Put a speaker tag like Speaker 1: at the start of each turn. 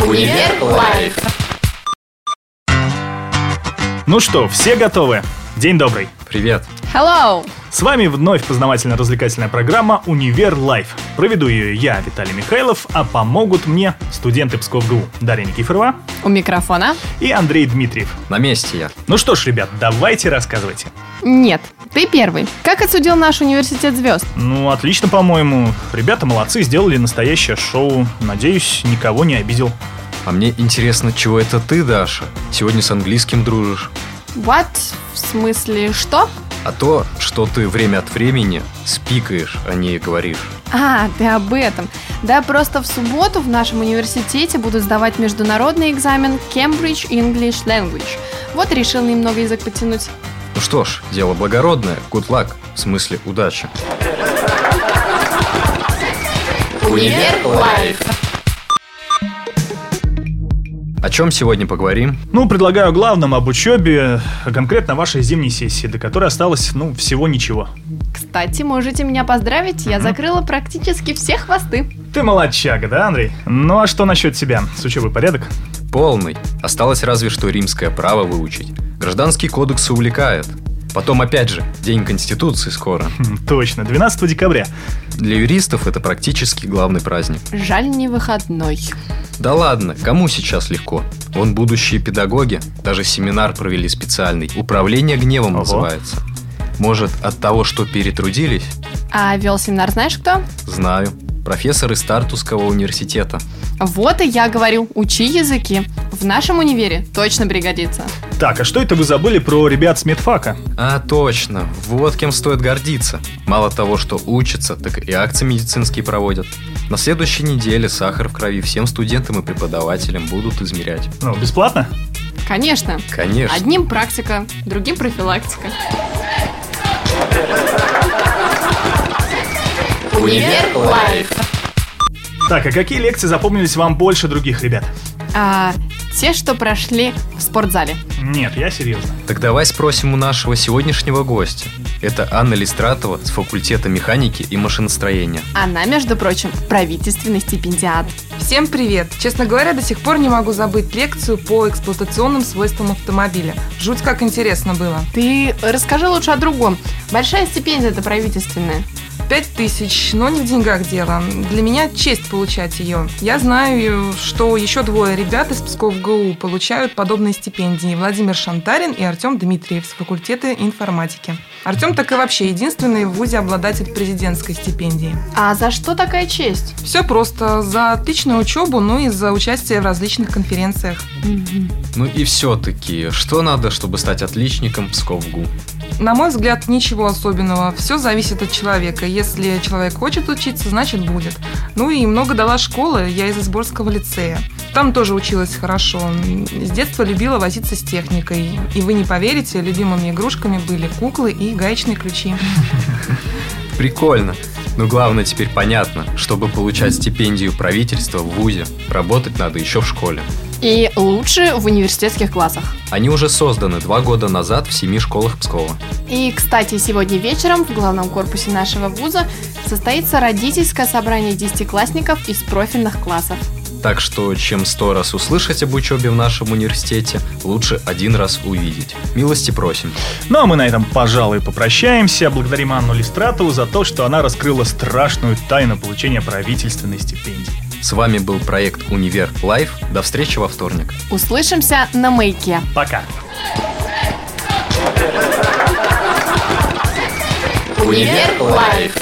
Speaker 1: Универ Лайф.
Speaker 2: Ну что, все готовы? День добрый.
Speaker 3: Привет.
Speaker 1: Hello!
Speaker 2: С вами вновь познавательно-развлекательная программа «Универ Лайф». Проведу ее я, Виталий Михайлов, а помогут мне студенты Псков ГУ Дарья Никифорова
Speaker 1: У микрофона?
Speaker 2: и Андрей Дмитриев.
Speaker 3: На месте я.
Speaker 2: Ну что ж, ребят, давайте рассказывайте.
Speaker 1: Нет, ты первый. Как отсудил наш университет звезд?
Speaker 2: Ну, отлично, по-моему. Ребята молодцы, сделали настоящее шоу. Надеюсь, никого не обидел.
Speaker 3: А мне интересно, чего это ты, Даша? Сегодня с английским дружишь.
Speaker 1: What? В смысле, что?
Speaker 3: А то, что ты время от времени спикаешь, а не говоришь.
Speaker 1: А, ты об этом. Да, просто в субботу в нашем университете будут сдавать международный экзамен Cambridge English Language. Вот решил немного язык потянуть.
Speaker 3: Ну что ж, дело благородное. Good luck. В смысле, удачи.
Speaker 1: Универ Лайф.
Speaker 3: О чем сегодня поговорим?
Speaker 2: Ну, предлагаю о главном об учебе, конкретно вашей зимней сессии, до которой осталось, ну, всего ничего.
Speaker 1: Кстати, можете меня поздравить, я закрыла практически все хвосты.
Speaker 2: Ты молодчага, да, Андрей? Ну, а что насчет тебя? С учебой порядок?
Speaker 3: Полный. Осталось разве что римское право выучить. Гражданский кодекс увлекает. Потом опять же, День Конституции скоро.
Speaker 2: Хм, точно, 12 декабря.
Speaker 3: Для юристов это практически главный праздник.
Speaker 1: Жаль, не выходной.
Speaker 3: Да ладно, кому сейчас легко? Вон будущие педагоги, даже семинар провели специальный. Управление гневом
Speaker 2: Ого.
Speaker 3: называется. Может, от того, что перетрудились?
Speaker 1: А вел семинар знаешь кто?
Speaker 3: Знаю. Профессор из Тартусского университета.
Speaker 1: Вот и я говорю, учи языки. В нашем универе точно пригодится.
Speaker 2: Так, а что это вы забыли про ребят с медфака?
Speaker 3: А, точно. Вот кем стоит гордиться. Мало того, что учатся, так и акции медицинские проводят. На следующей неделе сахар в крови всем студентам и преподавателям будут измерять.
Speaker 2: Ну, бесплатно?
Speaker 1: Конечно.
Speaker 3: Конечно.
Speaker 1: Одним практика, другим профилактика.
Speaker 3: Универ
Speaker 1: лайф.
Speaker 2: Так, а какие лекции запомнились вам больше других, ребят?
Speaker 1: А, те, что прошли в спортзале.
Speaker 2: Нет, я серьезно.
Speaker 3: Так давай спросим у нашего сегодняшнего гостя. Это Анна Листратова с факультета механики и машиностроения.
Speaker 1: Она, между прочим, правительственный стипендиат.
Speaker 4: Всем привет! Честно говоря, до сих пор не могу забыть лекцию по эксплуатационным свойствам автомобиля. Жуть как интересно было.
Speaker 1: Ты расскажи лучше о другом. Большая стипендия-то правительственная.
Speaker 4: Пять тысяч, но не в деньгах дело. Для меня честь получать ее. Я знаю, что еще двое ребят из Псков ГУ получают подобные стипендии. Владимир Шантарин и Артем Дмитриев с факультета информатики. Артем так и вообще единственный в ВУЗе обладатель президентской стипендии.
Speaker 1: А за что такая честь?
Speaker 4: Все просто. За отличную учебу, ну и за участие в различных конференциях.
Speaker 3: Ну и все-таки, что надо, чтобы стать отличником Псков-ГУ?
Speaker 4: На мой взгляд, ничего особенного. Все зависит от человека. Если человек хочет учиться, значит будет. Ну и много дала школа, я из Изборского лицея. Там тоже училась хорошо. С детства любила возиться с техникой. И вы не поверите, любимыми игрушками были куклы и гаечные ключи.
Speaker 3: Прикольно. Но главное теперь понятно, чтобы получать стипендию правительства в ВУЗе, работать надо еще в школе.
Speaker 1: И лучше в университетских классах.
Speaker 3: Они уже созданы два года назад в семи школах Пскова.
Speaker 1: И, кстати, сегодня вечером в главном корпусе нашего вуза состоится родительское собрание десятиклассников из профильных классов.
Speaker 3: Так что, чем сто раз услышать об учебе в нашем университете, лучше один раз увидеть. Милости просим.
Speaker 2: Ну, а мы на этом, пожалуй, попрощаемся. Благодарим Анну Листратову за то, что она раскрыла страшную тайну получения правительственной стипендии.
Speaker 3: С вами был проект «Универ Лайф». До встречи во вторник.
Speaker 1: Услышимся на маяке.
Speaker 2: Пока!
Speaker 1: Универ Лайф.